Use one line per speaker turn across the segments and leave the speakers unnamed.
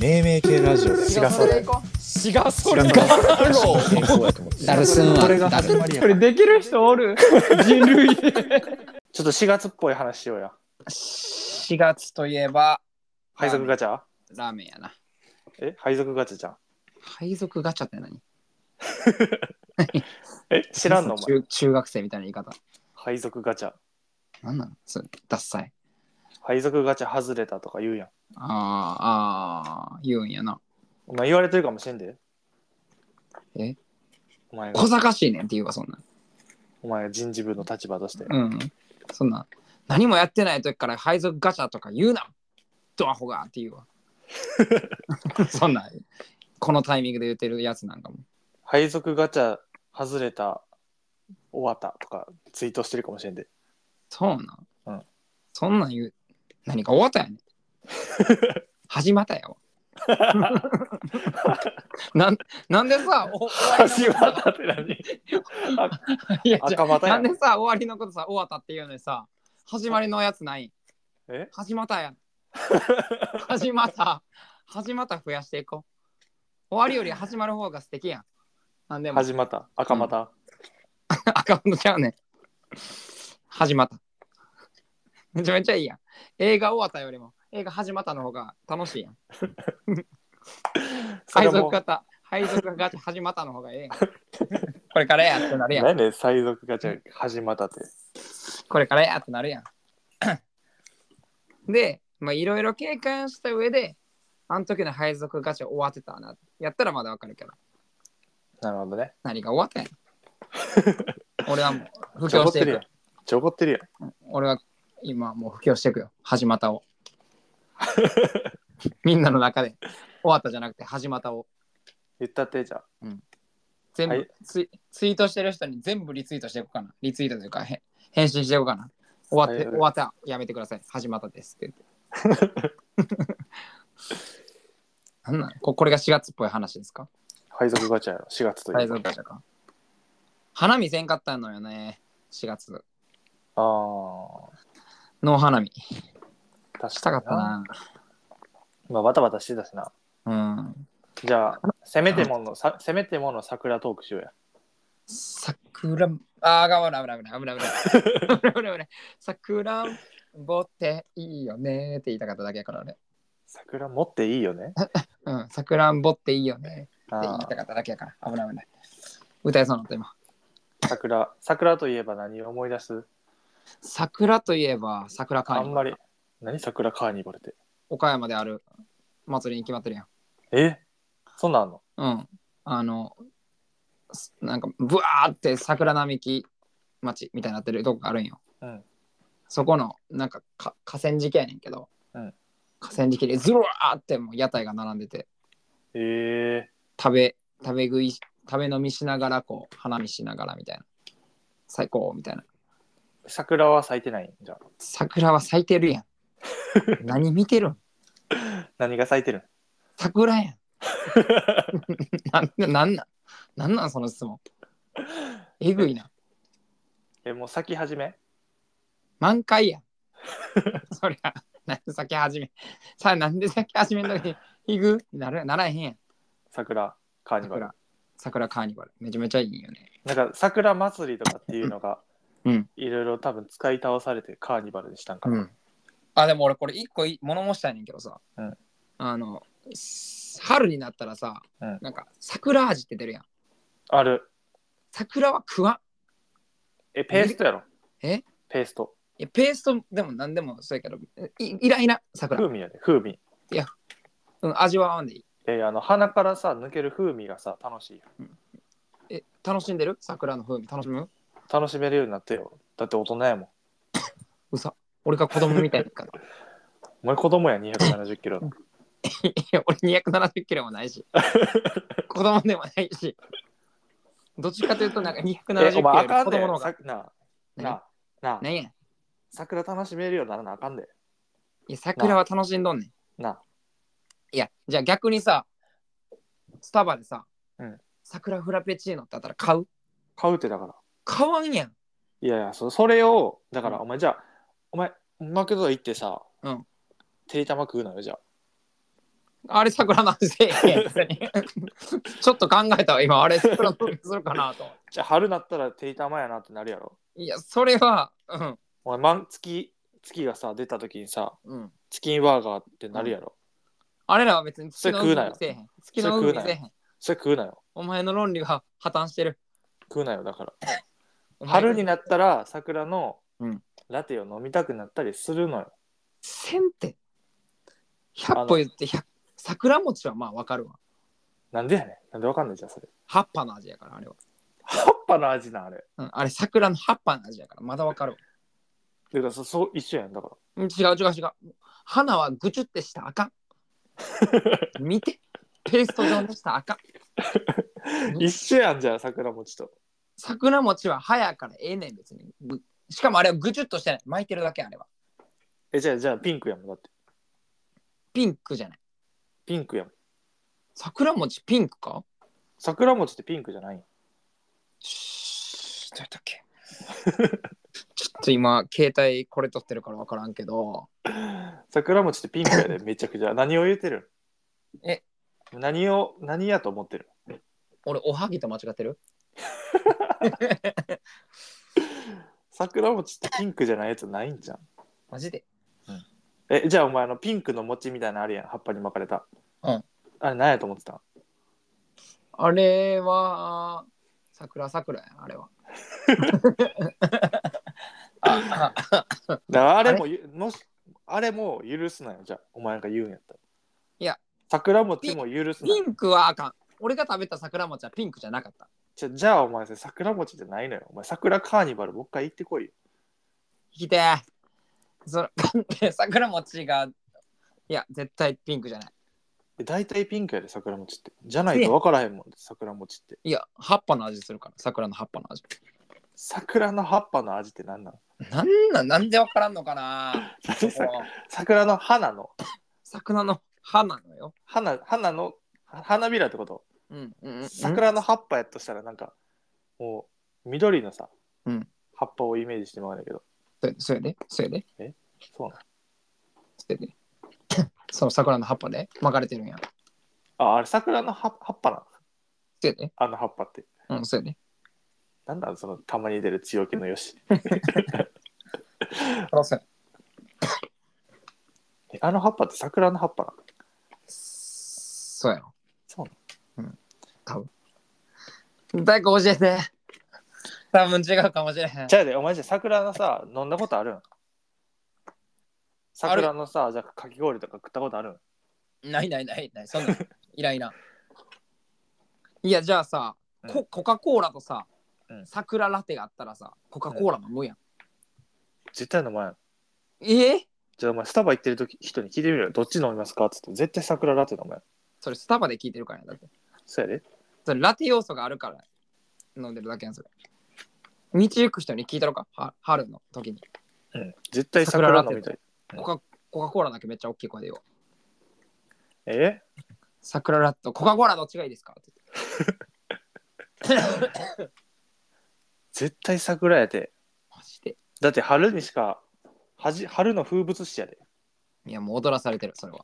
命名系ラジオだよ
違うそれ行こ
違うそれ
違う
か
健康やと思って
ダルスンは
これが
ダル
これできる人おる人 類
うちょっと4月っぽい話しようや
4月といえば
配属ガチャ
ラーメンやな
え配属ガチャじゃん
配属ガチャって何
え知らんのお前
中中学生みたいな言い方
配属ガチャ
何なのそれダッサい
配属ガチャ外れたとか言うやん
あーあー言うんやな
お前言われてるかもしれんで
え
お前が
小賢しいねんっていうかそんな
お前が人事部の立場として
うんそんな何もやってない時から配属ガチャとか言うなドアホがって 言うわそんなこのタイミングで言ってるやつなんかも
配属ガチャ外れた終わったとかツイートしてるかもしれんで
そうなん、
うん
そんなん言う何か終わったや ねん始まった やわなんなんでさお終
始
わりのこと
まったって何
いやじゃ
赤
あ
股や
なんんでさ終わりのことさ終わったっていうのにさ始まりのやつない
え
始まったやん始まった始まった増やしていこう終わりより始まる方が素敵やんなんでも
始まった赤股、
アカウントちゃうねん始まった。めちゃめちゃいいやん。映画終わったよりも、映画始まったの方が楽しいやん。
それ
配
も
属型、配属が始まったの方がええやん。これからやってなるやん。
何で配属ガチャ始まったって
これからやってなるやん。で、まあいろいろ経験した上で、あの時の配属ガチャ終わってたな。やったらまだわかるけど、
なるほどね
何が終わったんやん。俺はもう、布
ちょ
教
こ
し
ってて
い
る
く
やん。ちょこってるやん
俺は今もう布教していくよ始ま たをみんなの中で終わったじゃなくて始まったを
言ったってじゃあ
全部、
はい
ツイツイートしてる人に全部リツイートしていこうかなリツイートというかへ返信していこうかな終わって、
はいはい
終わったやめてください始まったです って言ってなんなんここれが4月っぽい話ですか
配属ガチャやろ4月とい
大
う
丈夫
か
でしたか花見せんかったのよね4月
ああ
の花見
ー確
したかったな
まあバタバタしてたしな
うん
じゃあせめてものさせめてもの桜トークしようや
桜ああ、がわらぶらぶらぶらぶらぶらぶらぶ ら。桜んぼっていいよねって言いたかっただけやから俺。
桜持っていいよね
うん、桜んぼっていいよねって言
あ
いた
ー
かっただけやから。危ない危ない。歌えそうになった今。
桜桜といえば何を思い出す
桜といえば桜カ
あ
ー
ん
ニ
まり何桜カーニバルって
岡山である祭りに決まってるやん。
えそんなんあんの
うん。あの、すなんかブワーって桜並木町みたいになってるとこがあるんよ。
うん
そこのなんかか河川敷やねんけど、
うん
河川敷でズワーってもう屋台が並んでて。
え
食べ食べ食いし食べ飲みしながらこう花見しながらみたいな最高みたいな
ー、桜は咲いてないんじゃん
桜は咲いてる やん何見てるん
何が咲いてるん
桜やん なんでなんなんなんなんその質問えぐいな
えもう咲き始め
満開やん そりゃなんで咲き始めさあなんで咲き始めの 時にいぐなるならへんやん
桜カーニバル
桜桜カーニバルめちゃめちゃいいよね
なんか桜祭りとかっていうのが
うん
いろいろ多分使い倒されてカーニバルにしたんかな、
ん、あでも俺これ一個い物申したいねんけどさ、
うん
あのす春になったらさ、
うん
なんか桜味って出るやん
ある
桜は食わん
えペーストやろ
え
ペースト
いやペーストでも何でもそうやけどいいらいら桜、
風味やで風味
うん、味は合わんでいい
えあの鼻からさ抜ける風味がさ楽しい
え楽しんでる桜の風味楽しむ
楽しめるようになってよだって大人やもん
うさ俺が子供みたいだから
お前子供や270キロの
いや俺270キロもない し子供でもないしどっちかというとなんか270キロ
えお前
よ
あ
り
かん
子
で
供の方
さ
が
なあ
何
なあなあ
何やい
桜楽しめるようにならなあかんで
や桜は楽しんどんねん
なあ
いや、じゃあ逆にさ、スタバでさ、
うん
桜フラペチーノってあったら買う
買うってだから
買わんやん。
いやいやそそれをだか
う
ら
ん
お前じゃあお前マクド行ってさ
うん
てりたま食うのよじゃあ
あれ桜の味せえへん ちょっと考えたわ今あれ桜の味するかなと
じゃあ春なったらテイタマやなってなるやろ。
いやそれはうん
お前満月月がさ出た時にさ
うん
チキンバーガーってなるやろ。
あれらは別に
そ
月の
れ食う
海
なよ
にせえへん月の海にせえへん
それ食うなよ。
お前の論理が破綻してる
食うなよだから。
お前
春になったら桜の
うん
ラテを飲みたくなったりするのよ。
せんって100歩言って100桜餅はまあわかるわ
なんでやねん。なんでわかんないじゃんそれ。
葉っぱの味やからあれは、
葉っぱの味なんあれ。だ
うん、あれ桜の葉っぱの味やからまだわかるわ
からそそう一緒やんだから。
うん違う違う違う花はぐちゅってしたらあ かん見てペースト状にしたらあかん
一緒やんじゃあ桜餅と。
桜餅は葉やからええねん別にぐしかもあれはぐちゅっとしてない巻いてるだけあれは
えじゃあじゃあピンクやもんだって。
ピンクじゃない
ピンクやもん。
桜餅ピンクか
桜餅ってピンクじゃないん
しどうやったっけちょっと今携帯これ撮ってるから分からんけど
桜餅ってピンクや でめちゃくちゃ。何を言ってるん
え
何を何やと思ってる
俺おはぎと間違ってる
桜餅ってピンクじゃないやつないんじゃん。
マジで
えじゃあお前あのピンクの餅みたいなのあるやん葉っぱに巻かれた。
うん。
あれ何やと思ってたん
あれは桜桜やあ れはああ
だからあれもゆもしあれも許すなよじゃあお前が言うんやったら。
いや。
桜餅も許すな
ピ
よ。
ンクはあかん俺が食べた桜餅はピンクじゃなかった
じゃじゃあお前さ桜餅じゃないのよ。お前桜カーニバルもう一回行ってこいよ。
聞きてーその 桜餅がいや絶対ピンクじゃない
え大体ピンクやで桜餅って。じゃないと分からへんもん桜餅って。
いや葉っぱの味するから桜の葉っぱの味
桜の葉っぱの味って何なの
なんなんなんでわからんのかなそこは
桜の花の
桜の葉なのよ
花花のは花びらってこと
うんうんうん
桜の葉っぱやとしたらなんかもう緑のさ、
うん
葉っぱをイメージしてもらうんだけど
そうやでそうやでそうやで
そうな
そうやで その桜の葉っぱで巻かれてるんや
のああれ桜の葉葉っぱなの
そうやで
あの葉っぱって
うんそうやで
なんだそのたまに出る強気のよし
あそうや
えあの葉っぱって桜の葉っぱなの
そうやろ
そうな
大工教えて多分違うかもしれへん
のじゃあでお前じゃあ桜のさ飲んだことあるん桜のさじゃあかき氷とか食ったことあるん
ないないないない、 そんなんいらんいらん。いや、じゃあさ、
う
ココカ・コーラとさ、
うん
桜ラテがあったらさ、コカ・コーラ飲むやん。
絶対飲まない
えー
じゃあお前スタバ行ってる時人に聞いてみろよどっち飲みますかっつって絶対桜ラテ飲むやん
それスタバで聞いてるからやだって。
そうやで
それラテ要素があるから飲んでるだけやん、それ。道行く人に聞いたろか、は春の時に。
うん絶対桜飲みたい
コカ・コカ・コーラだけめっちゃ大きい声でよ。
え
桜ラテとコカ・コーラどっちがいいですかって言って。
絶対桜やて
マジで。
だって春にしかはじ春の風物詩やで
いや、もう踊らされてる、それは。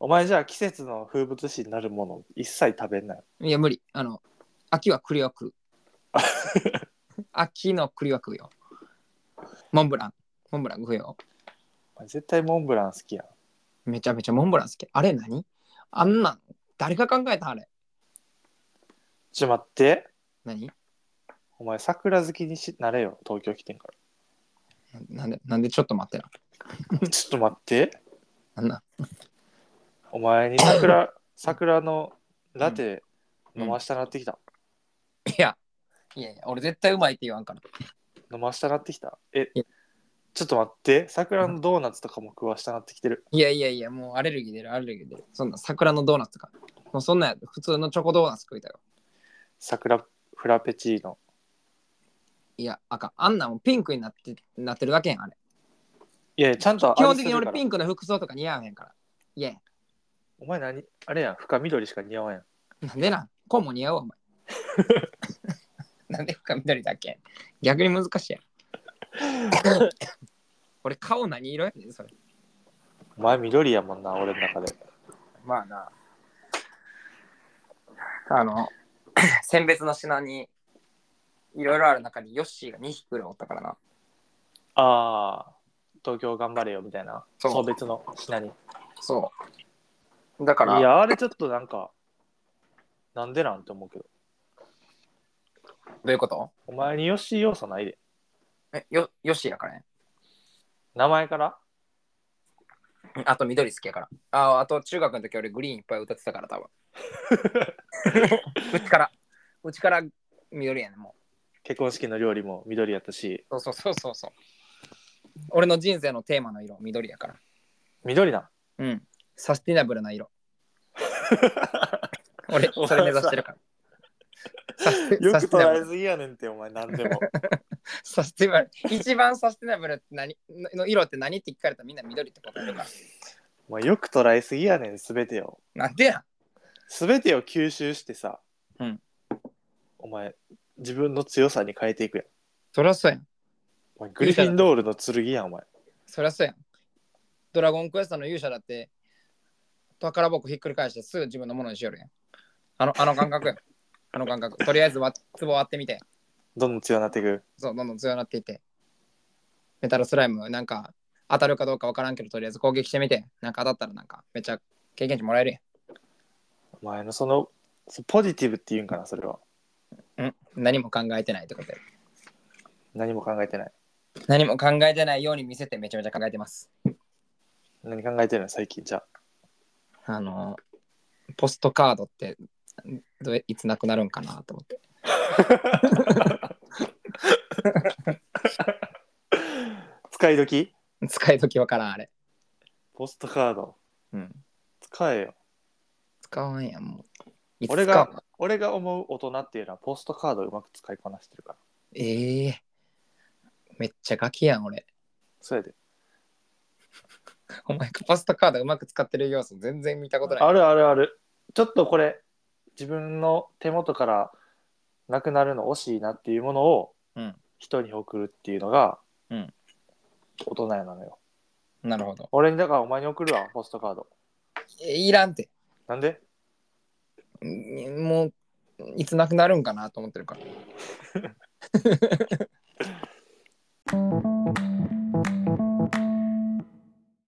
お前じゃあ季節の風物詩になるもの一切食べんなよ
いや、無理。あの、秋は栗を食う。秋の栗は食うよ。モンブラン。モンブラン食うよ。
お前絶対モンブラン好きやん
めちゃめちゃモンブラン好き。あれ何あんなん、誰が考えたんあれ。
ちょ待って
何
お前桜好きにしなれよ東京来てんか
ななんで、なんでちょっと待ってな。
ら ちょっと待って
なんなん
お前に 桜桜のラテ飲ましたなってきた、
いや、いやいや、俺絶対うまいって言わんから。
飲ましたなってきたえ
いや
ちょっと待って桜のドーナツとかも食わしたなってきてる
いやいやいや、もうアレルギー出る、アレルギー出る。そんな桜のドーナツとか。もうそんなんや普通のチョコドーナツ食いたよ。
桜フラペチーノ
いや、あかん。あんなんもうピンクになってなってるだけやん、あれ。
いやいやちゃんと
基本的に
あ
俺
れす
ピ
るから
ンクの服装とか似合わへんから。いや。
お前何あれやん深緑しか似合わへん
なんでなんこうも似合うわ、お前。なんで深緑だっけ逆に難しいやん。俺、顔何色やねん、それ。
お前緑やもんな、俺の中で。
まあな。あの、 選別の品にいろいろある中にヨッシーが2匹くらいおったからな。
ああ、東京頑張れよみたいな。
そう
送別の品に。い
そう。だから、
や、あれちょっとなんか、なんでなんて思うけど。
どういうこと
お前によし要素ないで。
えよヨッシーやからね。
名前から
うんあと緑好きやから。ああと中学の時俺グリーンいっぱい歌ってたから多分。うちから、うちから緑やねんも
結婚式の料理も緑やったし、
う。そうそうそうそうそう。俺の人生のテーマの色、緑やから。
緑なん。
うん。サスティナブルな 色。俺、それ目指してるから。サステサスティナブル。
すぎやねんって、お前なんで も。
サスティナブル。一番サスティナブルって何の色って何って聞かれたらみんな緑って答えるから。
お前よく捉えすぎやねん、すべてを。
なんでやん
すべてを吸収してさ、
うん
お前、自分の強さに変えていくやん。
そりゃそうやん。
お前グリフィンドールの剣やん、お前。
そりゃそうやん。ドラゴンクエストの勇者だって、宝箱ひっくり返してすぐ自分のものにしよるやん。あのあの感覚やん。あの感覚。とりあえずわ壺割ってみて。
どんどん強くなっていく。
そう、どんどん強くなっていって。メタルスライム、なんか、当たるかどうかわからんけど、とりあえず攻撃してみて、なんか当たったらなんか、めっちゃ経験値もらえる
お前のその、そポジティブって言うんかな、それは。
やん。ん何も考えてないってことで。
何も考えてない。
何も考えてないように見せてめちゃめちゃ考えてます。
何考えてるの、最近じゃあ。
あの、ポストカードって、どういつなくなるんかなと思って。
使い時
使い時わからん、あれ。
ポストカード。
うん。
使えよ。
使わんやん、もう。いつ使う
俺が、俺が思う大人っていうのは、ポストカードをうまく使いこなしてるから。
ええめっちゃガキやん、俺。
そうやで。
お前、ポストカードうまく使ってる要素全然見たことない。
あるあるある。ちょっとこれ、自分の手元からなくなるの惜しいなっていうものを
うん
人に送るっていうのが、
うん
大人やなのよ。
なるほど。
俺に、だからお前に送るわ、ポストカード。
えいらんって。
なんで
んもう、いつなくなるんかなと思ってるから。